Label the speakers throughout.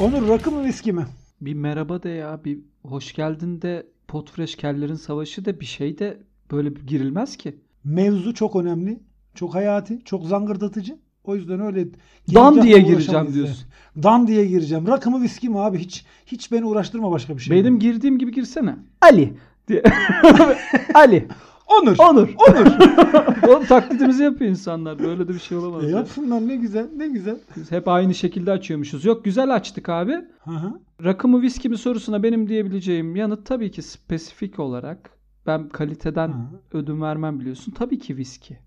Speaker 1: Onur rakı mı viski mi?
Speaker 2: Bir merhaba de ya, bir hoş geldin de Potfresh Kellerin Savaşı da bir şey de böyle bir girilmez ki.
Speaker 1: Mevzu çok önemli. Çok hayati. Çok zangırdatıcı. O yüzden öyle...
Speaker 2: Dam
Speaker 1: keyif
Speaker 2: diye
Speaker 1: yapma
Speaker 2: gireceğim
Speaker 1: uğraşamayız
Speaker 2: diyorsun.
Speaker 1: yani. Dam diye gireceğim. Rakı mı viski mi abi? Hiç hiç beni uğraştırma başka bir şey.
Speaker 2: Benim girdiğim gibi girsene. Ali diye. Ali.
Speaker 1: Onur.
Speaker 2: Onur. Onur. Oğlum taklidimizi yapıyor insanlar. Böyle de bir şey olamaz.
Speaker 1: E
Speaker 2: ya.
Speaker 1: yapsınlar ne güzel ne güzel.
Speaker 2: Biz hep aynı şekilde açıyormuşuz. Yok güzel açtık abi.
Speaker 1: Hı hı.
Speaker 2: Rakı mı viski mi sorusuna benim diyebileceğim yanıt tabii ki spesifik olarak ben kaliteden
Speaker 1: Hı.
Speaker 2: ödün vermem biliyorsun. Tabii ki viski.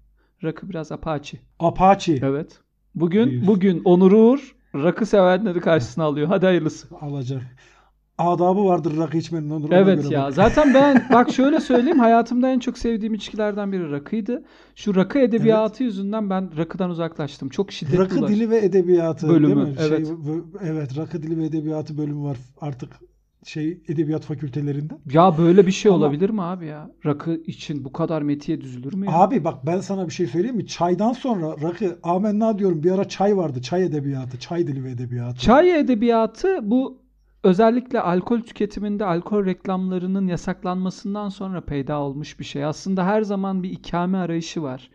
Speaker 2: Rakı biraz apaçi.
Speaker 1: Apache.
Speaker 2: Evet. Bugün
Speaker 1: Diyorsun.
Speaker 2: bugün Onur Uğur rakı sevenleri karşısına alıyor. Hadi hayırlısı.
Speaker 1: Alacak. Adabı vardır rakı içmenin Onur. ona
Speaker 2: Evet
Speaker 1: göre
Speaker 2: ya.
Speaker 1: bak.
Speaker 2: Zaten ben bak şöyle söyleyeyim hayatımda en çok sevdiğim içkilerden biri rakıydı. Şu rakı edebiyatı yüzünden ben rakıdan uzaklaştım. Çok şiddetli
Speaker 1: Rakı
Speaker 2: ulaş-
Speaker 1: dili ve edebiyatı
Speaker 2: Bölümü,
Speaker 1: değil mi? Şey,
Speaker 2: evet.
Speaker 1: bu- evet, rakı dili ve edebiyatı bölümü var artık şey edebiyat fakültelerinde.
Speaker 2: Ya böyle bir şey
Speaker 1: Ama-
Speaker 2: olabilir mi abi ya? Rakı için bu kadar metiye düzülür mü ya?
Speaker 1: Abi bak ben sana bir şey söyleyeyim mi? Çaydan sonra rakı amenna diyorum bir ara çay vardı. Çay edebiyatı, çay dili ve edebiyatı.
Speaker 2: Çay edebiyatı bu özellikle alkol tüketiminde alkol reklamlarının yasaklanmasından sonra peyda olmuş bir şey. Aslında her zaman bir ikame arayışı var.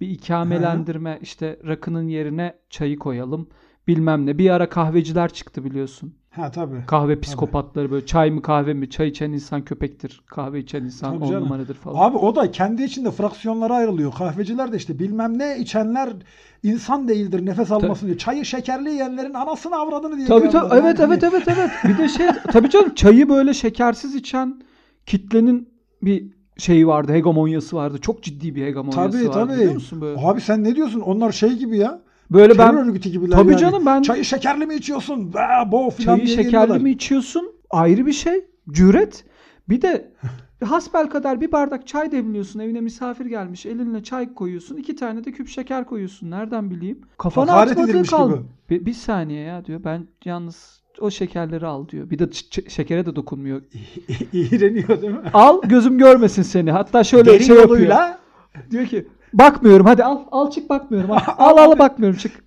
Speaker 2: Bir ikamelendirme işte rakının yerine çayı koyalım bilmem ne. Bir ara kahveciler çıktı biliyorsun.
Speaker 1: Ha tabii.
Speaker 2: Kahve psikopatları böyle çay mı kahve mi çay içen insan köpektir. Kahve içen insan
Speaker 1: Tabii
Speaker 2: on
Speaker 1: canım.
Speaker 2: numaradır falan.
Speaker 1: Abi o da kendi içinde fraksiyonlara ayrılıyor. Kahveciler de işte bilmem ne içenler insan değildir nefes almasın diye. Çayı şekerli yiyenlerin anasını avradını diye.
Speaker 2: Tabii
Speaker 1: bir
Speaker 2: tabii
Speaker 1: anda
Speaker 2: evet
Speaker 1: yani
Speaker 2: evet evet evet. Bir de şey tabii canım çayı böyle şekersiz içen kitlenin bir şeyi vardı, hegemonyası vardı. Çok ciddi bir hegemonyası
Speaker 1: Tabii,
Speaker 2: vardı
Speaker 1: tabii.
Speaker 2: biliyor musun böyle?
Speaker 1: Abi sen ne diyorsun? Onlar şey gibi ya.
Speaker 2: Böyle
Speaker 1: Terör
Speaker 2: ben
Speaker 1: örgütü gibiler
Speaker 2: Tabii
Speaker 1: yani.
Speaker 2: canım ben-
Speaker 1: Çayı şekerli mi içiyorsun? Aa, bo filan
Speaker 2: çayı
Speaker 1: diye
Speaker 2: şekerli
Speaker 1: geliyorlar.
Speaker 2: mi içiyorsun? Ayrı bir şey. Cüret. Bir de hasbel kadar bir bardak çay demliyorsun. Evine misafir gelmiş. Elinle çay koyuyorsun. iki tane de küp şeker koyuyorsun. Nereden bileyim? Kafana
Speaker 1: Hakaret
Speaker 2: atmadığı
Speaker 1: edilmiş
Speaker 2: kaldı.
Speaker 1: gibi.
Speaker 2: Bir, bir saniye ya diyor. Ben yalnız o şekerleri al diyor. Bir de ç- ç- şekere de dokunmuyor.
Speaker 1: İğreniyor değil mi?
Speaker 2: Al gözüm görmesin seni. Hatta şöyle
Speaker 1: Derin
Speaker 2: şey
Speaker 1: yoluyla
Speaker 2: yapıyor. Diyor ki bakmıyorum hadi al al çık bakmıyorum. Al al, al bakmıyorum çık.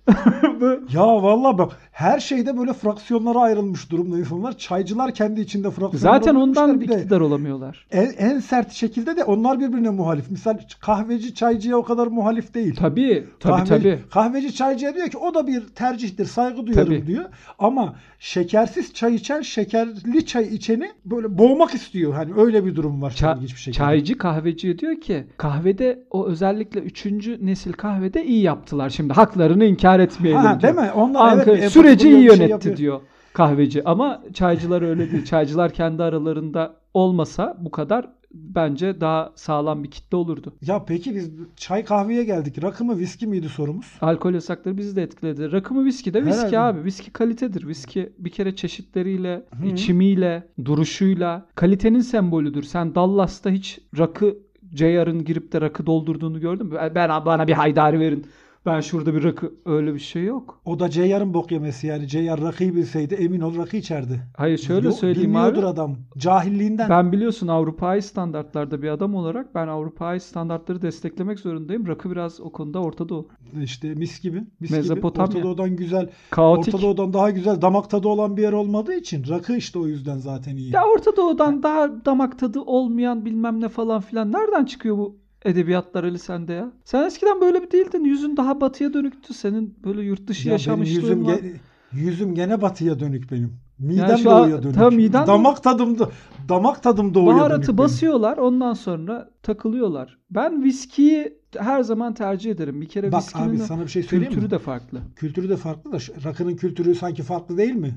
Speaker 1: Ya vallahi bak her şeyde böyle fraksiyonlara ayrılmış durumda insanlar. Çaycılar kendi içinde fraksiyonlara
Speaker 2: Zaten ondan
Speaker 1: ayrılmışlar. bir de
Speaker 2: iktidar olamıyorlar.
Speaker 1: en, en sert şekilde de onlar birbirine muhalif. Misal kahveci çaycıya o kadar muhalif değil.
Speaker 2: Tabii tabii
Speaker 1: Kahve-
Speaker 2: tabii.
Speaker 1: Kahveci çaycıya diyor ki o da bir tercihtir saygı duyuyorum
Speaker 2: Tabii.
Speaker 1: diyor. Ama şekersiz çay içen şekerli çay içeni böyle boğmak istiyor. Hani öyle bir durum var
Speaker 2: Ça-
Speaker 1: ilginç bir şekilde.
Speaker 2: çaycı kahveciye diyor ki kahvede o özellikle 3. nesil kahvede iyi yaptılar şimdi haklarını inkar etmeyelim
Speaker 1: Ha,
Speaker 2: diyor.
Speaker 1: değil mi? Onlar
Speaker 2: Ankara
Speaker 1: evet,
Speaker 2: süreci iyi
Speaker 1: bir şey
Speaker 2: yönetti
Speaker 1: yapıyor.
Speaker 2: diyor kahveci ama çaycılar öyle değil. Çaycılar kendi aralarında olmasa bu kadar bence daha sağlam bir kitle olurdu.
Speaker 1: Ya peki biz çay kahveye geldik. Rakı mı viski miydi sorumuz?
Speaker 2: Alkol yasakları bizi de etkiledi. Rakı mı viski de viski
Speaker 1: Herhalde.
Speaker 2: abi. Viski kalitedir. Viski bir kere çeşitleriyle,
Speaker 1: Hı.
Speaker 2: içimiyle, duruşuyla kalitenin sembolüdür. Sen Dallas'ta hiç rakı JR'ın girip de rakı doldurduğunu gördün mü? Ben bana bir haydari verin. Ben şurada bir rakı öyle bir şey yok.
Speaker 1: O da Ceyyar'ın bok yemesi yani. Ceyyar rakıyı bilseydi emin ol rakı içerdi.
Speaker 2: Hayır şöyle
Speaker 1: Yo-
Speaker 2: söyleyeyim abi.
Speaker 1: bilmiyordur adam. Cahilliğinden.
Speaker 2: Ben biliyorsun Avrupa'yı standartlarda bir adam olarak ben Avrupa'yı standartları desteklemek zorundayım. Rakı biraz o konuda Orta Doğu.
Speaker 1: işte mis gibi. Mis
Speaker 2: Mezopotamya.
Speaker 1: gibi. Orta Doğu'dan güzel.
Speaker 2: Kaotik.
Speaker 1: Orta Doğu'dan daha güzel damak tadı olan bir yer olmadığı için rakı işte o yüzden zaten iyi.
Speaker 2: Ya Orta Doğu'dan daha damak tadı olmayan bilmem ne falan filan. Nereden çıkıyor bu edebiyatlar Ali sende ya? Sen eskiden böyle bir değildin. Yüzün daha batıya dönüktü. Senin böyle yurt dışı
Speaker 1: Ya benim
Speaker 2: yaşamışlığın
Speaker 1: yüzüm,
Speaker 2: var.
Speaker 1: ge- yüzüm gene batıya dönük benim. Midem
Speaker 2: Yani şu an-
Speaker 1: doğuya dönük.
Speaker 2: tabii miden-
Speaker 1: damak tadım da damak tadım doğuya dönük.
Speaker 2: Baharatı
Speaker 1: benim.
Speaker 2: basıyorlar ondan sonra takılıyorlar. Ben viskiyi her zaman tercih ederim. Bir kere
Speaker 1: Bak
Speaker 2: viskinin
Speaker 1: abi
Speaker 2: o
Speaker 1: sana bir şey söyleyeyim
Speaker 2: kültürü
Speaker 1: mi?
Speaker 2: de farklı.
Speaker 1: Kültürü de farklı da şu- rakının kültürü sanki farklı değil mi?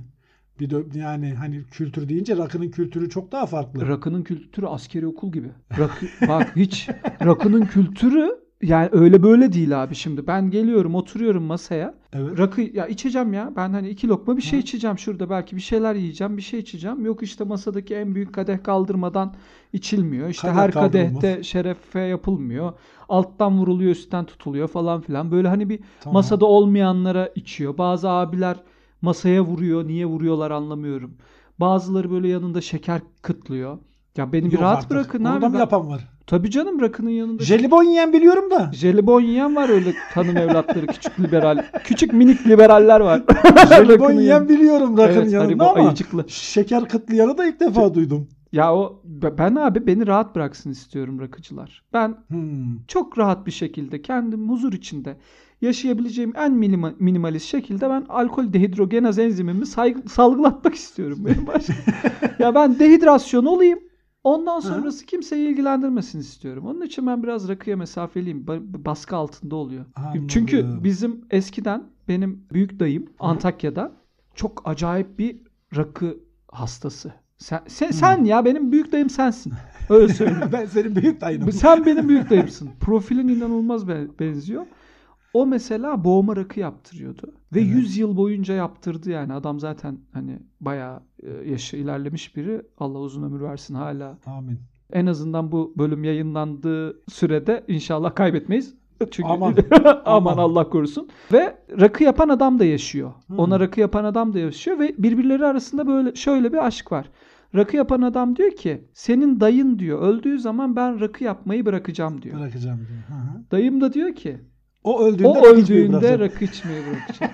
Speaker 1: Bir de yani hani kültür deyince rakının kültürü çok daha farklı.
Speaker 2: Rakının kültürü askeri okul gibi. Rakı, bak hiç rakının kültürü yani öyle böyle değil abi şimdi. Ben geliyorum oturuyorum masaya.
Speaker 1: evet.
Speaker 2: Rakı ya içeceğim ya. Ben hani iki lokma bir şey
Speaker 1: Hı.
Speaker 2: içeceğim şurada. Belki bir şeyler yiyeceğim, bir şey içeceğim. Yok işte masadaki en büyük kadeh kaldırmadan içilmiyor. İşte
Speaker 1: Kadeh
Speaker 2: her
Speaker 1: kaldırılmaz.
Speaker 2: kadehte şerefe yapılmıyor. Alttan vuruluyor, üstten tutuluyor falan filan. Böyle hani bir
Speaker 1: Tamam.
Speaker 2: masada olmayanlara içiyor. Bazı abiler masaya vuruyor. Niye vuruyorlar anlamıyorum. Bazıları böyle yanında şeker kıtlıyor. Ya beni bir
Speaker 1: Yok
Speaker 2: rahat
Speaker 1: artık.
Speaker 2: bırakın
Speaker 1: Onu da
Speaker 2: abi.
Speaker 1: mı
Speaker 2: Ben-
Speaker 1: yapan var?
Speaker 2: Tabii canım rakının yanında.
Speaker 1: Jelibon yiyen biliyorum da.
Speaker 2: Jelibon yiyen var öyle hanım evlatları küçük liberal. Küçük minik liberaller var.
Speaker 1: Jelibon
Speaker 2: Rakının
Speaker 1: yiyen
Speaker 2: yanında.
Speaker 1: biliyorum rakının
Speaker 2: Evet,
Speaker 1: yanında
Speaker 2: Haribo
Speaker 1: ama
Speaker 2: ayıcıklı.
Speaker 1: şeker kıtlayanı da ilk defa duydum.
Speaker 2: Ya o be- ben abi beni rahat bıraksın istiyorum rakıcılar. Ben
Speaker 1: Hmm.
Speaker 2: çok rahat bir şekilde kendim huzur içinde yaşayabileceğim en minima- minimalist şekilde ben alkol dehidrogenaz enzimimi saygı- salgılatmak istiyorum benim başım. ya ben dehidrasyon olayım. Ondan sonrası kimseyi ilgilendirmesin istiyorum. Onun için ben biraz rakıya mesafeliyim. Ba- Baskı altında oluyor.
Speaker 1: Anladım.
Speaker 2: Çünkü bizim eskiden benim büyük dayım Antakya'da çok acayip bir rakı hastası. Sen, sen, sen ya benim büyük dayım sensin. Öyle söyleyeyim.
Speaker 1: ben senin büyük dayınım.
Speaker 2: Sen benim büyük dayımsın. Profilin inanılmaz be- benziyor. O mesela boğma rakı yaptırıyordu. Ve
Speaker 1: Evet.
Speaker 2: 100 yıl boyunca yaptırdı yani. Adam zaten hani bayağı e, yaşı ilerlemiş biri. Allah uzun ömür versin hala.
Speaker 1: Amin.
Speaker 2: En azından bu bölüm yayınlandığı sürede inşallah kaybetmeyiz. Çünkü
Speaker 1: Aman.
Speaker 2: aman,
Speaker 1: Aman.
Speaker 2: Allah korusun. Ve rakı yapan adam da yaşıyor.
Speaker 1: Hmm.
Speaker 2: Ona rakı yapan adam da yaşıyor ve birbirleri arasında böyle şöyle bir aşk var. Rakı yapan adam diyor ki senin dayın diyor öldüğü zaman ben rakı yapmayı bırakacağım diyor.
Speaker 1: Bırakacağım diyor. Hı hı.
Speaker 2: Dayım da diyor ki
Speaker 1: O öldüğünde,
Speaker 2: o
Speaker 1: rakı içmeyi
Speaker 2: öldüğünde
Speaker 1: bırakacağım.
Speaker 2: rakı içmeyi bırakacağım.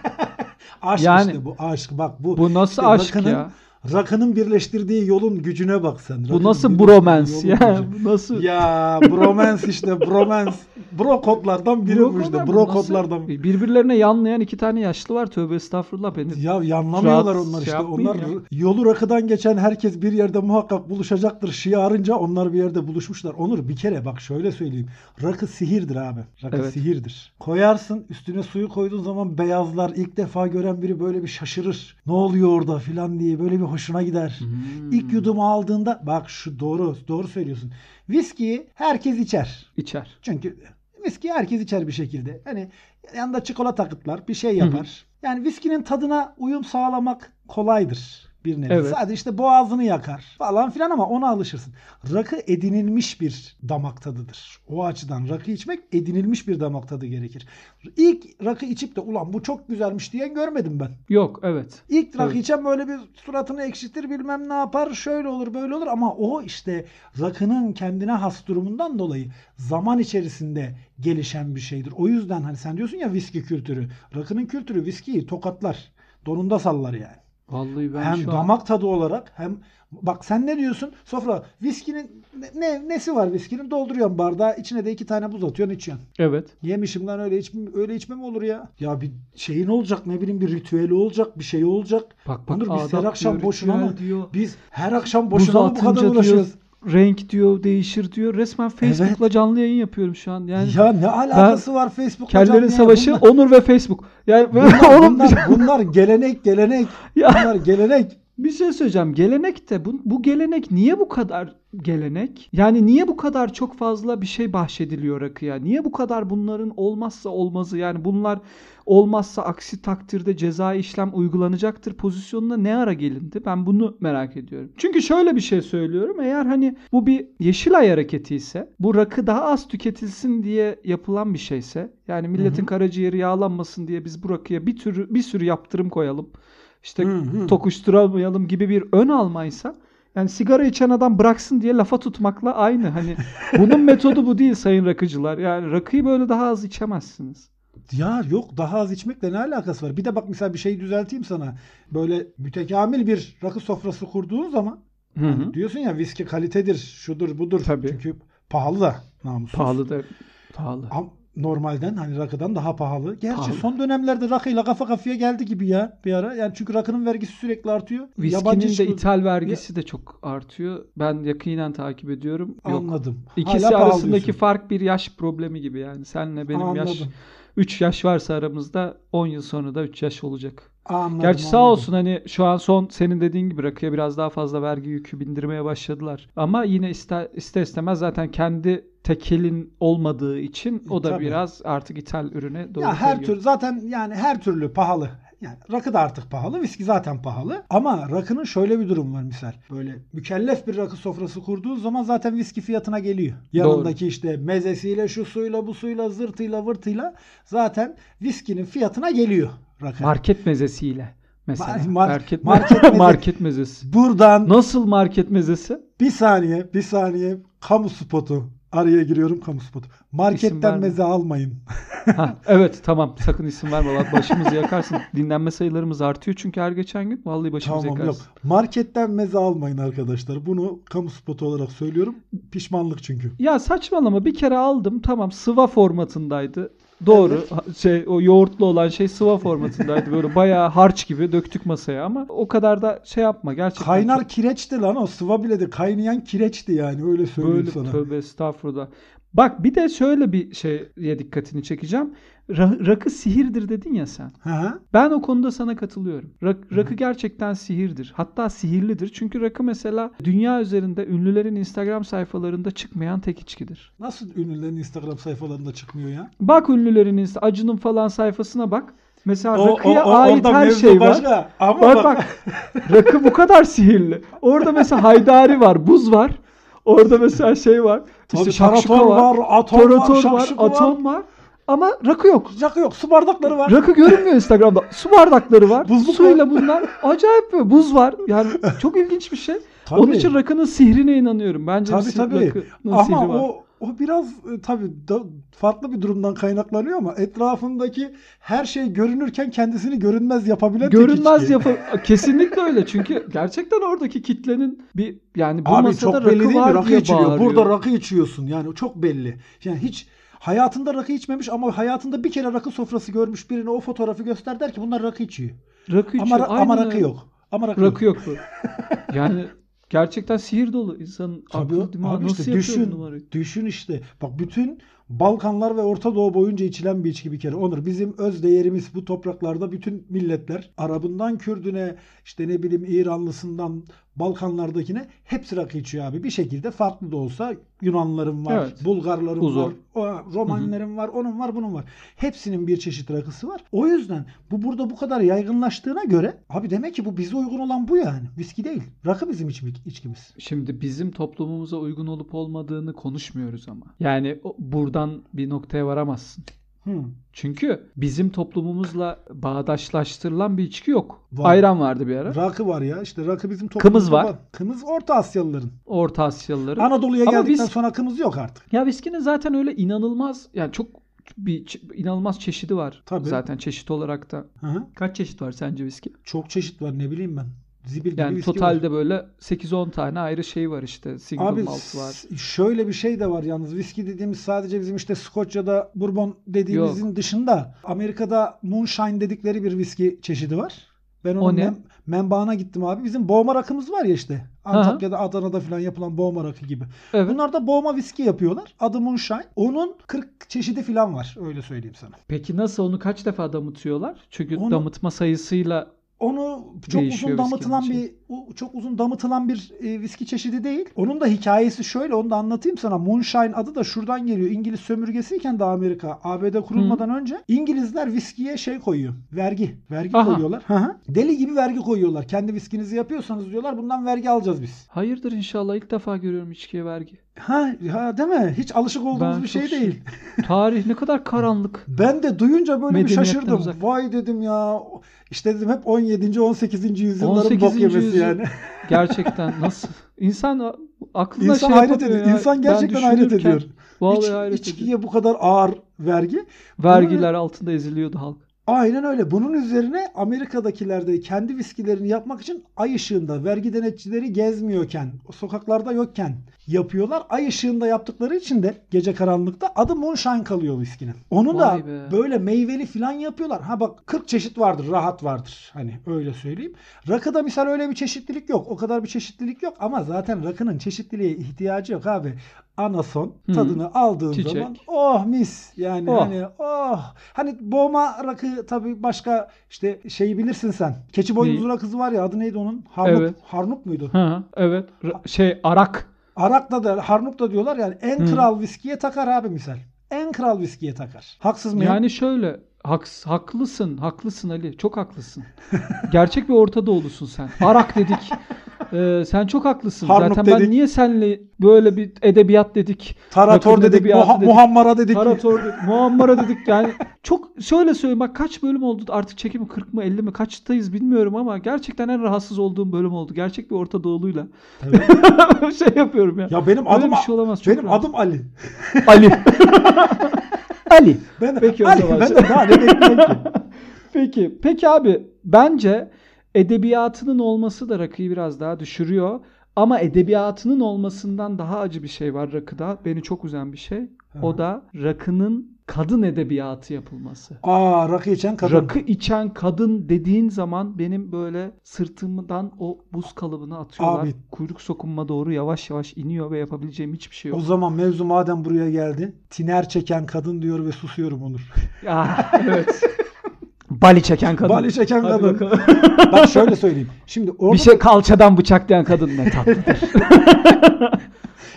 Speaker 1: Aşk
Speaker 2: Yani-
Speaker 1: işte bu aşk. Bak bu,
Speaker 2: Bu nasıl
Speaker 1: işte
Speaker 2: aşk
Speaker 1: rakının-
Speaker 2: ya?
Speaker 1: rakının birleştirdiği yolun gücüne bak sen.
Speaker 2: Bu
Speaker 1: Rakının
Speaker 2: nasıl
Speaker 1: birleştirdiği
Speaker 2: bromans
Speaker 1: yolun
Speaker 2: ya?
Speaker 1: gücü.
Speaker 2: Bu nasıl?
Speaker 1: Ya bromance işte bromance. Bro kodlardan biri bu işte.
Speaker 2: kadar-
Speaker 1: Bro
Speaker 2: nasıl-
Speaker 1: kodlardan.
Speaker 2: Birbirlerine yanlayan iki tane yaşlı var. Tövbe estağfurullah beni.
Speaker 1: Ya yanlamıyorlar
Speaker 2: Rahat
Speaker 1: onlar
Speaker 2: şey
Speaker 1: işte.
Speaker 2: yapmayın
Speaker 1: onlar
Speaker 2: ya.
Speaker 1: yolu rakıdan geçen herkes bir yerde muhakkak buluşacaktır şiarınca onlar bir yerde buluşmuşlar. Onur bir kere bak şöyle söyleyeyim. Rakı sihirdir abi. Rakı
Speaker 2: Evet.
Speaker 1: sihirdir. Koyarsın üstüne suyu koyduğun zaman beyazlar ilk defa gören biri böyle bir şaşırır. Ne oluyor orada filan diye böyle bir hoşuna gider.
Speaker 2: Hmm.
Speaker 1: İlk yudumu aldığında bak şu doğru doğru söylüyorsun. Viskiyi herkes içer.
Speaker 2: İçer.
Speaker 1: Çünkü viski herkes içer bir şekilde. Hani yanında çikolata akıtlar, bir şey yapar. Yani viskinin tadına uyum sağlamak kolaydır bir nevi.
Speaker 2: Evet.
Speaker 1: Sadece işte boğazını yakar falan filan ama ona alışırsın. Rakı edinilmiş bir damak tadıdır. O açıdan rakı içmek edinilmiş bir damak tadı gerekir. İlk rakı içip de ulan bu çok güzelmiş diyen görmedim ben.
Speaker 2: Yok evet.
Speaker 1: İlk rakı
Speaker 2: Evet.
Speaker 1: içen böyle bir suratını ekşitir bilmem ne yapar şöyle olur böyle olur ama o işte rakının kendine has durumundan dolayı zaman içerisinde gelişen bir şeydir. O yüzden hani sen diyorsun ya viski kültürü. Rakının kültürü viskiyi tokatlar. Donunda sallar yani.
Speaker 2: Vallahi ben
Speaker 1: hem
Speaker 2: şu an-
Speaker 1: damak tadı olarak hem bak sen ne diyorsun? Sofra viskinin ne- ne, nesi var viskinin? Dolduruyorsun bardağı içine de iki tane buz atıyorsun içiyorsun.
Speaker 2: Evet.
Speaker 1: Yemişim lan öyle içmem, öyle içmem olur ya. Ya bir şeyin olacak ne bileyim bir ritüeli olacak bir şey olacak.
Speaker 2: Bak bak
Speaker 1: Onur
Speaker 2: adam
Speaker 1: biz her akşam
Speaker 2: diyor,
Speaker 1: boşuna
Speaker 2: ritüel
Speaker 1: mı?
Speaker 2: diyor.
Speaker 1: Biz her akşam
Speaker 2: Buz
Speaker 1: boşuna mı bu kadar
Speaker 2: atınca
Speaker 1: uğraşıyoruz?
Speaker 2: diyor, renk diyor değişir diyor. Resmen Facebook'la canlı yayın yapıyorum şu an. Yani
Speaker 1: ya ne alakası var Facebook'la canlı
Speaker 2: kellerin
Speaker 1: yayın?
Speaker 2: savaşı
Speaker 1: Bunlar-
Speaker 2: Onur ve Facebook. Yani
Speaker 1: Bunlar,
Speaker 2: oğlum
Speaker 1: bunlar, bunlar gelenek gelenek.
Speaker 2: Ya.
Speaker 1: Bunlar gelenek.
Speaker 2: bir şey söyleyeceğim. Gelenek de bu, bu gelenek niye bu kadar gelenek? Yani niye bu kadar çok fazla bir şey bahşediliyor rakıya? Niye bu kadar bunların olmazsa olmazı? Yani bunlar olmazsa aksi takdirde cezai işlem uygulanacaktır pozisyonuna ne ara gelindi? Ben bunu merak ediyorum. Çünkü şöyle bir şey söylüyorum. Eğer hani bu bir Yeşilay hareketi ise, bu rakı daha az tüketilsin diye yapılan bir şeyse, yani milletin
Speaker 1: hı.
Speaker 2: karaciğeri yağlanmasın diye biz bu rakıya bir tür bir sürü yaptırım koyalım. İşte
Speaker 1: Hı hı.
Speaker 2: tokuşturamayalım gibi bir ön almaysa yani sigara içen adam bıraksın diye lafa tutmakla aynı. Hani bunun metodu bu değil sayın rakıcılar. Yani rakıyı böyle daha az içemezsiniz.
Speaker 1: Ya yok daha az içmekle ne alakası var? Bir de bak mesela bir şey düzelteyim sana. Böyle mütekamil bir rakı sofrası kurduğun zaman
Speaker 2: Hı
Speaker 1: hani diyorsun ya viski kalitedir, şudur budur.
Speaker 2: Tabii.
Speaker 1: Çünkü pahalı da namussuz.
Speaker 2: Pahalı da pahalı.
Speaker 1: Am- normalden hani rakıdan daha pahalı. Gerçi
Speaker 2: Pahalı.
Speaker 1: son dönemlerde rakıyla kafa kafaya geldi gibi ya bir ara. Yani çünkü rakının vergisi sürekli artıyor.
Speaker 2: Viskinin de
Speaker 1: içki-
Speaker 2: ithal vergisi de çok artıyor. Ben yakinen takip ediyorum. Yok.
Speaker 1: Anladım.
Speaker 2: İkisi
Speaker 1: Hala pahalı
Speaker 2: arasındaki
Speaker 1: diyorsun.
Speaker 2: fark bir yaş problemi gibi yani. Senle benim yaş
Speaker 1: Anladım.
Speaker 2: 3 yaş varsa aramızda 10 yıl sonra da 3 yaş olacak.
Speaker 1: Anladım,
Speaker 2: Gerçi sağ
Speaker 1: anladım.
Speaker 2: olsun hani şu an son senin dediğin gibi rakıya biraz daha fazla vergi yükü bindirmeye başladılar. Ama yine ister, ister istemez zaten kendi tekelin olmadığı için o da
Speaker 1: Tabii.
Speaker 2: biraz artık ithal ürüne doğru
Speaker 1: Ya her
Speaker 2: kayıyor.
Speaker 1: tür zaten yani her türlü pahalı. Yani rakı da artık pahalı, viski zaten pahalı. Ama rakının şöyle bir durum var misal. Böyle mükellef bir rakı sofrası kurduğun zaman zaten viski fiyatına geliyor. Yanındaki işte mezesiyle, şu suyla, bu suyla, zırtıyla, vırtıyla zaten viskinin fiyatına geliyor rakı.
Speaker 2: Market mezesiyle mesela.
Speaker 1: Mar- mar-
Speaker 2: market,
Speaker 1: market
Speaker 2: market,
Speaker 1: meze-
Speaker 2: mezesi.
Speaker 1: Buradan
Speaker 2: Nasıl market mezesi?
Speaker 1: Bir saniye, bir saniye. Kamu spotu. Araya giriyorum kamu spotu. Marketten
Speaker 2: verme.
Speaker 1: meze almayın.
Speaker 2: Ha, evet tamam sakın isim verme Bak başımızı yakarsın. Dinlenme sayılarımız artıyor çünkü her geçen gün vallahi başımızı
Speaker 1: Tamam yok.
Speaker 2: yakarsın.
Speaker 1: Marketten meze almayın arkadaşlar. Bunu kamu spotu olarak söylüyorum. Pişmanlık çünkü.
Speaker 2: Ya saçmalama bir kere aldım tamam sıva formatındaydı. Doğru Ha- şey o yoğurtlu olan şey sıva formatındaydı böyle bayağı harç gibi döktük masaya ama o kadar da şey yapma gerçekten.
Speaker 1: Kaynar kireçti lan o sıva bile de kaynayan kireçti yani öyle
Speaker 2: çok-
Speaker 1: söyleyeyim
Speaker 2: böyle
Speaker 1: sana.
Speaker 2: tövbe estağfurullah. Bak bir de şöyle bir şeye dikkatini çekeceğim. Ra- rakı sihirdir dedin ya sen.
Speaker 1: Ha?
Speaker 2: Ben o konuda sana katılıyorum. Rak- rakı gerçekten sihirdir. Hatta sihirlidir. Çünkü rakı mesela dünya üzerinde ünlülerin Instagram sayfalarında çıkmayan tek içkidir.
Speaker 1: Nasıl ünlülerin Instagram sayfalarında çıkmıyor ya?
Speaker 2: Bak ünlülerin Insta- acının falan sayfasına bak. Mesela
Speaker 1: O, o,
Speaker 2: rakıya
Speaker 1: o,
Speaker 2: ait
Speaker 1: orada
Speaker 2: her
Speaker 1: mevzu
Speaker 2: şey var.
Speaker 1: başka. Ama
Speaker 2: Bak
Speaker 1: bak,
Speaker 2: bak. rakı bu kadar sihirli. Orada mesela haydari var, buz var. Orada mesela şey var. İşte
Speaker 1: Tabii
Speaker 2: şakşuka
Speaker 1: taraton
Speaker 2: var.
Speaker 1: var, atom var,
Speaker 2: Toraton var,
Speaker 1: şakşuka var.
Speaker 2: atom var. Ama rakı yok.
Speaker 1: Rakı yok. Su bardakları var.
Speaker 2: Rakı görünmüyor Instagram'da. Su bardakları var.
Speaker 1: Buzluk
Speaker 2: Suyla bunlar acayip bir buz var. Yani çok ilginç bir şey.
Speaker 1: Tabii.
Speaker 2: Onun için rakının sihrine inanıyorum. Bence
Speaker 1: Tabii
Speaker 2: si-
Speaker 1: tabii.
Speaker 2: rakının
Speaker 1: Ama
Speaker 2: sihri var.
Speaker 1: o o biraz e, tabii da- farklı bir durumdan kaynaklanıyor ama etrafındaki her şey görünürken kendisini görünmez yapabilen tek
Speaker 2: görünmez
Speaker 1: içki.
Speaker 2: yapı kesinlikle öyle. Çünkü gerçekten oradaki kitlenin bir yani bu
Speaker 1: Abi
Speaker 2: masada
Speaker 1: çok belli
Speaker 2: rakı
Speaker 1: değil
Speaker 2: var
Speaker 1: mi? Rakı
Speaker 2: diye
Speaker 1: içiliyor.
Speaker 2: bağırıyor.
Speaker 1: Burada rakı içiyorsun. Yani çok belli. Yani hiç hayatında rakı içmemiş ama hayatında bir kere rakı sofrası görmüş birine o fotoğrafı göster der ki bunlar rakı içiyor.
Speaker 2: rakı
Speaker 1: Ama,
Speaker 2: içiyor.
Speaker 1: ra- ama
Speaker 2: Aynen
Speaker 1: rakı
Speaker 2: öyle.
Speaker 1: yok. Ama rakı, yok.
Speaker 2: Rakı yok. bu. yani gerçekten sihir dolu insanın
Speaker 1: Tabii
Speaker 2: aklı dimağı
Speaker 1: abi
Speaker 2: nasıl
Speaker 1: işte
Speaker 2: yapıyor bu
Speaker 1: düşün,
Speaker 2: numarayı?
Speaker 1: düşün işte. Bak bütün Balkanlar ve Orta Doğu boyunca içilen bir içki bir kere. Onur bizim öz değerimiz bu topraklarda bütün milletler Arabından Kürdüne işte ne bileyim İranlısından Balkanlardakine hepsi rakı içiyor abi. Bir şekilde farklı da olsa Yunanların var,
Speaker 2: Evet.
Speaker 1: Bulgarların
Speaker 2: Uzor.
Speaker 1: var, o- Romanların var, onun var, bunun var. Hepsinin bir çeşit rakısı var. O yüzden bu burada bu kadar yaygınlaştığına göre abi demek ki bu bize uygun olan bu yani. Viski değil. Rakı bizim içim- içkimiz.
Speaker 2: Şimdi bizim toplumumuza uygun olup olmadığını konuşmuyoruz ama. Yani o- buradan bir noktaya varamazsın.
Speaker 1: Hı.
Speaker 2: Çünkü bizim toplumumuzla bağdaşlaştırılan bir içki yok.
Speaker 1: Var.
Speaker 2: Ayran vardı bir ara.
Speaker 1: Rakı var ya. işte rakı bizim toplumumuzda
Speaker 2: Kımız var.
Speaker 1: Kımız Orta Asyalıların.
Speaker 2: Orta Asyalıların.
Speaker 1: Anadolu'ya
Speaker 2: Ama
Speaker 1: geldikten
Speaker 2: biz-
Speaker 1: sonra kımız yok artık.
Speaker 2: Ya viskinin zaten öyle inanılmaz yani çok bir ç- inanılmaz çeşidi var.
Speaker 1: Tabii.
Speaker 2: Zaten çeşit olarak da.
Speaker 1: Hı hı.
Speaker 2: Kaç çeşit var sence viski?
Speaker 1: Çok çeşit var ne bileyim ben. Zibil gibi
Speaker 2: Yani
Speaker 1: viski var.
Speaker 2: totalde böyle 8-10 tane ayrı şey var işte. Single
Speaker 1: Abi
Speaker 2: malt var.
Speaker 1: s- şöyle bir şey de var yalnız viski dediğimiz sadece bizim işte Scotch ya da Bourbon dediğimizin dışında Amerika'da Moonshine dedikleri bir viski çeşidi var. Ben onun
Speaker 2: ne?
Speaker 1: mem- menbaına gittim abi. Bizim boğma rakımız var ya işte.
Speaker 2: Aha.
Speaker 1: Antakya'da, Adana'da falan yapılan boğma rakı gibi.
Speaker 2: Evet.
Speaker 1: Bunlar da boğma viski yapıyorlar. Adı Moonshine. Onun 40 çeşidi falan var. Öyle söyleyeyim sana.
Speaker 2: Peki nasıl onu kaç defa damıtıyorlar? Çünkü
Speaker 1: Onu-
Speaker 2: damıtma sayısıyla
Speaker 1: Onu çok
Speaker 2: Değişiyor
Speaker 1: uzun damıtılan
Speaker 2: viskinin
Speaker 1: bir u- çok uzun damıtılan bir e, viski çeşidi değil. Onun da hikayesi şöyle onu da anlatayım sana. Moonshine adı da şuradan geliyor. İngiliz sömürgesiyken de Amerika ABD kurulmadan önce İngilizler viskiye şey koyuyor. Vergi. Vergi
Speaker 2: Aha.
Speaker 1: koyuyorlar. Hı hı. Deli gibi vergi koyuyorlar. Kendi viskinizi yapıyorsanız diyorlar bundan vergi alacağız biz.
Speaker 2: hayırdır inşallah ilk defa görüyorum içkiye vergi.
Speaker 1: Ha, ha değil mi? Hiç alışık olduğumuz
Speaker 2: Ben
Speaker 1: bir
Speaker 2: çok
Speaker 1: şey
Speaker 2: şey-
Speaker 1: değil.
Speaker 2: Tarih ne kadar karanlık.
Speaker 1: Ben de duyunca böyle bir
Speaker 2: Medeniyetten
Speaker 1: şaşırdım.
Speaker 2: uzak.
Speaker 1: Vay dedim ya. İşte dedim hep 17. 18. yüzyılların
Speaker 2: 18.
Speaker 1: bok yemesi
Speaker 2: yüzyıl-
Speaker 1: yani.
Speaker 2: Gerçekten nasıl? İnsan a- aklına
Speaker 1: İnsan
Speaker 2: şey
Speaker 1: hayret
Speaker 2: yapamıyor
Speaker 1: ediyor.
Speaker 2: ya.
Speaker 1: İnsan
Speaker 2: Ben
Speaker 1: gerçekten hayret
Speaker 2: düşünürken-
Speaker 1: ediyor.
Speaker 2: Vallahi
Speaker 1: İç-
Speaker 2: hayret ediyor.
Speaker 1: içkiye bu kadar ağır vergi.
Speaker 2: Vergiler altında eziliyordu halk.
Speaker 1: Aynen öyle. Bunun üzerine Amerika'dakiler de kendi viskilerini yapmak için ay ışığında vergi denetçileri gezmiyorken, sokaklarda yokken yapıyorlar. Ay ışığında yaptıkları için de gece karanlıkta adı moonshine kalıyor viskinin. Onu
Speaker 2: Vay
Speaker 1: da
Speaker 2: be.
Speaker 1: böyle meyveli filan yapıyorlar. Ha bak 40 çeşit vardır, rahat vardır. Hani öyle söyleyeyim. Rakıda misal öyle bir çeşitlilik yok. O kadar bir çeşitlilik yok ama zaten rakının çeşitliliğe ihtiyacı yok abi. Anason
Speaker 2: Hı.
Speaker 1: tadını aldığın
Speaker 2: Çiçek.
Speaker 1: zaman oh mis yani
Speaker 2: Oh.
Speaker 1: hani oh hani boğma rakı tabii başka işte şeyi bilirsin sen. Keçi boynuzlu rakısı var ya adı neydi onun? Harnup.
Speaker 2: Evet.
Speaker 1: Harnup muydu?
Speaker 2: Ha, evet. Ra- Şey arak.
Speaker 1: Arak da der, Harnup da diyorlar yani en
Speaker 2: Hı.
Speaker 1: kral viskiye takar abi misal. En kral viskiye takar. Haksız mıyım?
Speaker 2: Yani şöyle haks- haklısın, haklısın Ali. Çok haklısın. Gerçek bir Orta Doğulusun sen. Arak dedik. Ee, sen çok haklısın.
Speaker 1: Harnup
Speaker 2: Zaten ben
Speaker 1: dedik.
Speaker 2: niye senle böyle bir edebiyat dedik.
Speaker 1: Tarator
Speaker 2: Rakun
Speaker 1: dedik,
Speaker 2: edebiyatı
Speaker 1: Muha-
Speaker 2: dedik.
Speaker 1: Muhammara dedik.
Speaker 2: Tarator dedik, Muammara dedik yani. Çok şöyle söyleyeyim bak kaç bölüm oldu artık çekimi 40 mı 50 mi kaçtayız bilmiyorum ama gerçekten en rahatsız olduğum bölüm oldu. Gerçek bir Orta Doğulu'yla.
Speaker 1: Evet.
Speaker 2: şey yapıyorum ya.
Speaker 1: Ya benim
Speaker 2: Böyle
Speaker 1: adım
Speaker 2: bir şey olamaz. çok
Speaker 1: benim
Speaker 2: rahat.
Speaker 1: adım Ali.
Speaker 2: Ali. Ali.
Speaker 1: Ben
Speaker 2: Peki, o
Speaker 1: Ali
Speaker 2: zaman.
Speaker 1: ben de daha ne bekliyorum ki?
Speaker 2: Peki. Peki abi bence edebiyatının olması da rakıyı biraz daha düşürüyor. Ama edebiyatının olmasından daha acı bir şey var rakıda. Beni çok üzen bir şey. O da rakının kadın edebiyatı yapılması.
Speaker 1: Aa rakı içen kadın.
Speaker 2: Rakı içen kadın dediğin zaman benim böyle sırtımdan o buz kalıbını atıyorlar.
Speaker 1: Abi.
Speaker 2: Kuyruk sokunma doğru yavaş yavaş iniyor ve yapabileceğim hiçbir şey
Speaker 1: O
Speaker 2: yok.
Speaker 1: zaman mevzu madem buraya geldi. Tiner çeken kadın diyor ve susuyorum Onur.
Speaker 2: Ya, Ah, evet. Bali çeken kadın.
Speaker 1: Bali çeken
Speaker 2: Hadi
Speaker 1: kadın.
Speaker 2: bakalım.
Speaker 1: Bak şöyle söyleyeyim. Şimdi orada
Speaker 2: Bir şey kalçadan bıçaklayan kadın ne tatlıdır.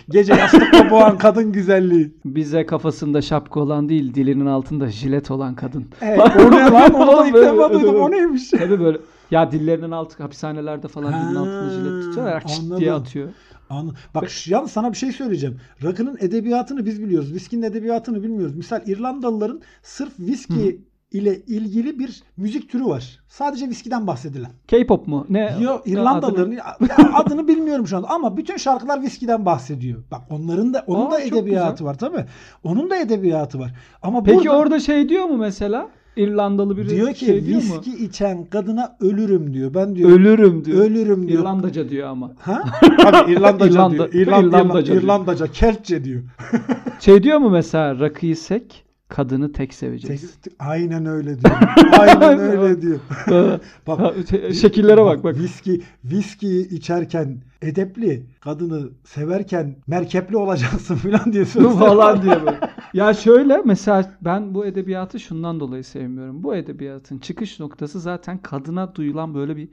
Speaker 1: gece yastıkla boğan kadın güzelliği.
Speaker 2: Bize kafasında şapka olan değil, dilinin altında jilet olan kadın.
Speaker 1: Evet, o ne lan? Ee, Onu da
Speaker 2: Oğlum
Speaker 1: ilk
Speaker 2: böyle-
Speaker 1: defa duydum.
Speaker 2: böyle-
Speaker 1: O neymiş?
Speaker 2: Tabii böyle ya dillerinin altı hapishanelerde falan dilin
Speaker 1: Ha,
Speaker 2: altında jilet tutuyorlar. Çit diye
Speaker 1: anladım.
Speaker 2: atıyor.
Speaker 1: Anladım. Bak şu- yalnız sana bir şey söyleyeceğim. Rakının edebiyatını biz biliyoruz. Viskinin edebiyatını bilmiyoruz. Misal İrlandalıların sırf viski ile ilgili bir müzik türü var. Sadece viskiden bahsedilen.
Speaker 2: K-pop mu? Ne?
Speaker 1: Yo,
Speaker 2: Adını-
Speaker 1: İrlandalıların ya adını bilmiyorum şu anda ama bütün şarkılar viskiden bahsediyor. Bak onların da onun
Speaker 2: Aa,
Speaker 1: da
Speaker 2: çok
Speaker 1: edebiyatı
Speaker 2: güzel.
Speaker 1: var tabii. Onun da edebiyatı var. Ama
Speaker 2: Peki
Speaker 1: burada
Speaker 2: orada şey diyor mu mesela? İrlandalı biri
Speaker 1: diyor ki
Speaker 2: şey diyor mu?
Speaker 1: viski içen kadına ölürüm diyor. Ben diyor
Speaker 2: Ölürüm diyor.
Speaker 1: ölürüm diyor.
Speaker 2: İrlandaca diyor ama.
Speaker 1: Ha? Tabii İrlandaca
Speaker 2: İrlanda-
Speaker 1: diyor. İrlanda,
Speaker 2: İrlandaca
Speaker 1: İrlandaca,
Speaker 2: diyor.
Speaker 1: İrlandaca, Keltçe diyor.
Speaker 2: Şey diyor mu mesela rakıyı sek, kadını tek seveceksin.
Speaker 1: Tek- tek- Aynen öyle diyor. Aynen öyle diyor. Bak,
Speaker 2: Ha, şey- şekillere bak bak.
Speaker 1: Viski, viskiyi içerken edepli, kadını severken merkepli olacaksın falan diye
Speaker 2: Bu
Speaker 1: sözler.
Speaker 2: falan diye böyle. Ya şöyle mesela ben bu edebiyatı şundan dolayı sevmiyorum. Bu edebiyatın çıkış noktası zaten kadına duyulan böyle bir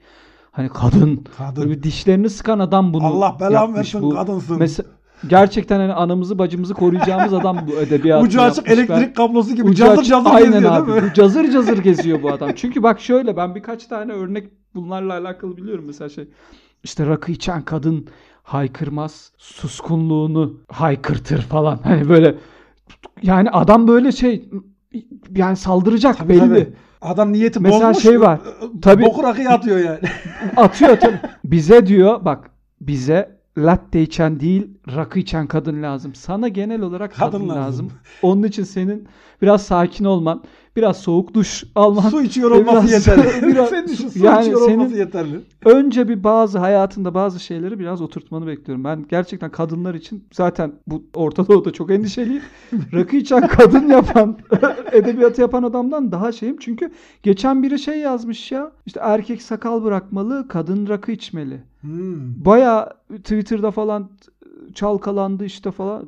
Speaker 2: hani kadın,
Speaker 1: Kadın.
Speaker 2: böyle bir dişlerini sıkan adam bunu
Speaker 1: Allah belan
Speaker 2: yapmış
Speaker 1: versin
Speaker 2: bu.
Speaker 1: kadınsın.
Speaker 2: Mesela gerçekten hani anamızı bacımızı koruyacağımız adam bu edebiyatı
Speaker 1: Ucu açık
Speaker 2: yapmış. Ben-
Speaker 1: elektrik kablosu gibi
Speaker 2: Ucu
Speaker 1: cazır
Speaker 2: aç-
Speaker 1: cazır
Speaker 2: aynen
Speaker 1: geziyor
Speaker 2: abi.
Speaker 1: değil mi?
Speaker 2: Bu Cazır cazır geziyor bu adam. Çünkü bak şöyle ben birkaç tane örnek bunlarla alakalı biliyorum. Mesela şey işte rakı içen kadın haykırmaz, suskunluğunu haykırtır falan. Hani böyle yani adam böyle şey yani saldıracak
Speaker 1: Tabii,
Speaker 2: belli.
Speaker 1: tabii. Adam niyeti
Speaker 2: Mesela
Speaker 1: bozmuş. ıı,
Speaker 2: şey var. Tabii.
Speaker 1: Boku rakıya atıyor yani.
Speaker 2: Atıyor tabii. Bize diyor bak bize latte içen değil rakı içen kadın lazım. Sana genel olarak kadın,
Speaker 1: Kadın
Speaker 2: lazım.
Speaker 1: lazım.
Speaker 2: Onun için senin biraz sakin olman, biraz soğuk duş alman
Speaker 1: su içiyor olması
Speaker 2: e, Biraz-
Speaker 1: yeterli.
Speaker 2: biraz-
Speaker 1: Sen düşün su
Speaker 2: yani
Speaker 1: içiyor olması
Speaker 2: senin-
Speaker 1: yeterli.
Speaker 2: önce bir bazı hayatında bazı şeyleri biraz oturtmanı bekliyorum. Ben gerçekten kadınlar için zaten bu Orta Doğu'da çok endişeliyim. Rakı içen kadın yapan, edebiyatı yapan adamdan daha şeyim. Çünkü geçen biri şey yazmış ya. İşte erkek sakal bırakmalı, kadın rakı içmeli.
Speaker 1: Hmm.
Speaker 2: Baya Twitter'da falan çalkalandı işte falan.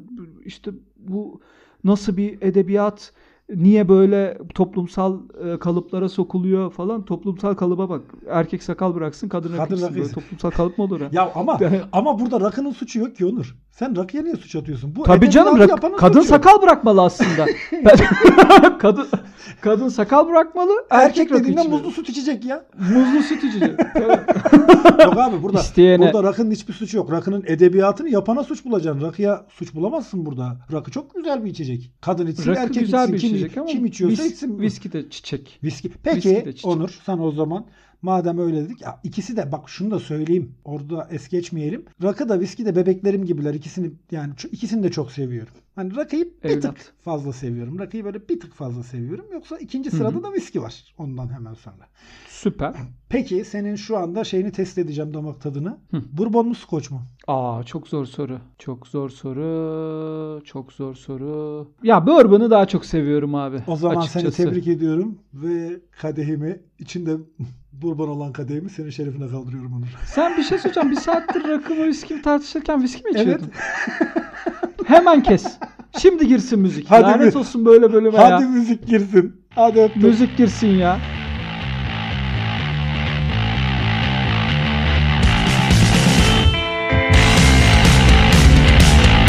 Speaker 2: İşte bu nasıl bir edebiyat niye böyle toplumsal e, kalıplara sokuluyor falan. Toplumsal kalıba bak. Erkek sakal bıraksın kadın rakı
Speaker 1: Kadın
Speaker 2: içsin.
Speaker 1: rakı
Speaker 2: Böyle
Speaker 1: içsin.
Speaker 2: toplumsal kalıp mı olur ya?
Speaker 1: Ya ama
Speaker 2: Yani-
Speaker 1: ama burada rakının suçu yok ki Onur. Sen rakıya niye suç atıyorsun? Bu
Speaker 2: Tabii canım
Speaker 1: edebiyatı
Speaker 2: rak-
Speaker 1: yapanın
Speaker 2: kadın
Speaker 1: suçu.
Speaker 2: sakal bırakmalı aslında. Ben- kadın kadın sakal bırakmalı. Erkek,
Speaker 1: Erkek
Speaker 2: rakı
Speaker 1: dediğinde
Speaker 2: içmeli.
Speaker 1: muzlu süt içecek ya.
Speaker 2: muzlu süt içecek.
Speaker 1: yok abi burada
Speaker 2: İsteyene-
Speaker 1: burada rakının hiçbir suçu yok. Rakının edebiyatını yapana suç bulacaksın. Rakıya suç bulamazsın burada. Rakı çok güzel bir içecek. Kadın içsin,
Speaker 2: Rakı
Speaker 1: erkek
Speaker 2: güzel
Speaker 1: içsin.
Speaker 2: bir
Speaker 1: kim,
Speaker 2: içecek ama
Speaker 1: kim içiyorsa
Speaker 2: vis-
Speaker 1: içsin.
Speaker 2: viski de çiçek.
Speaker 1: Viski.
Speaker 2: Viski
Speaker 1: Peki
Speaker 2: de çiçek.
Speaker 1: Onur sen o zaman madem öyle dedik ya ikisi de bak şunu da söyleyeyim orada es geçmeyelim. Rakı da viski de bebeklerim gibiler ikisini yani ço- ikisini de çok seviyorum. Hani rakıyı bir
Speaker 2: Evlat.
Speaker 1: tık fazla seviyorum. Rakıyı böyle bir tık fazla seviyorum. Yoksa ikinci
Speaker 2: hı.
Speaker 1: sırada da viski var ondan hemen sonra.
Speaker 2: Süper.
Speaker 1: Peki senin şu anda şeyini test edeceğim damak tadını.
Speaker 2: Hı.
Speaker 1: Bourbon mu skoç mu?
Speaker 2: Aa çok zor soru. Çok zor soru. Çok zor soru. Ya bourbon'u daha çok seviyorum abi.
Speaker 1: O zaman
Speaker 2: açıkçası.
Speaker 1: seni tebrik ediyorum ve kadehimi içinde bourbon olan kadehimi senin şerefine kaldırıyorum Onur.
Speaker 2: Sen bir şey söyleyeceğim. Bir saattir rakı mı viski mi tartışırken viski mi içiyordun? Hemen kes. Şimdi girsin müzik.
Speaker 1: Hadi
Speaker 2: Lanet
Speaker 1: bir-
Speaker 2: olsun böyle bölüme
Speaker 1: Hadi
Speaker 2: ya.
Speaker 1: müzik girsin. Hadi öptüm.
Speaker 2: Müzik girsin ya.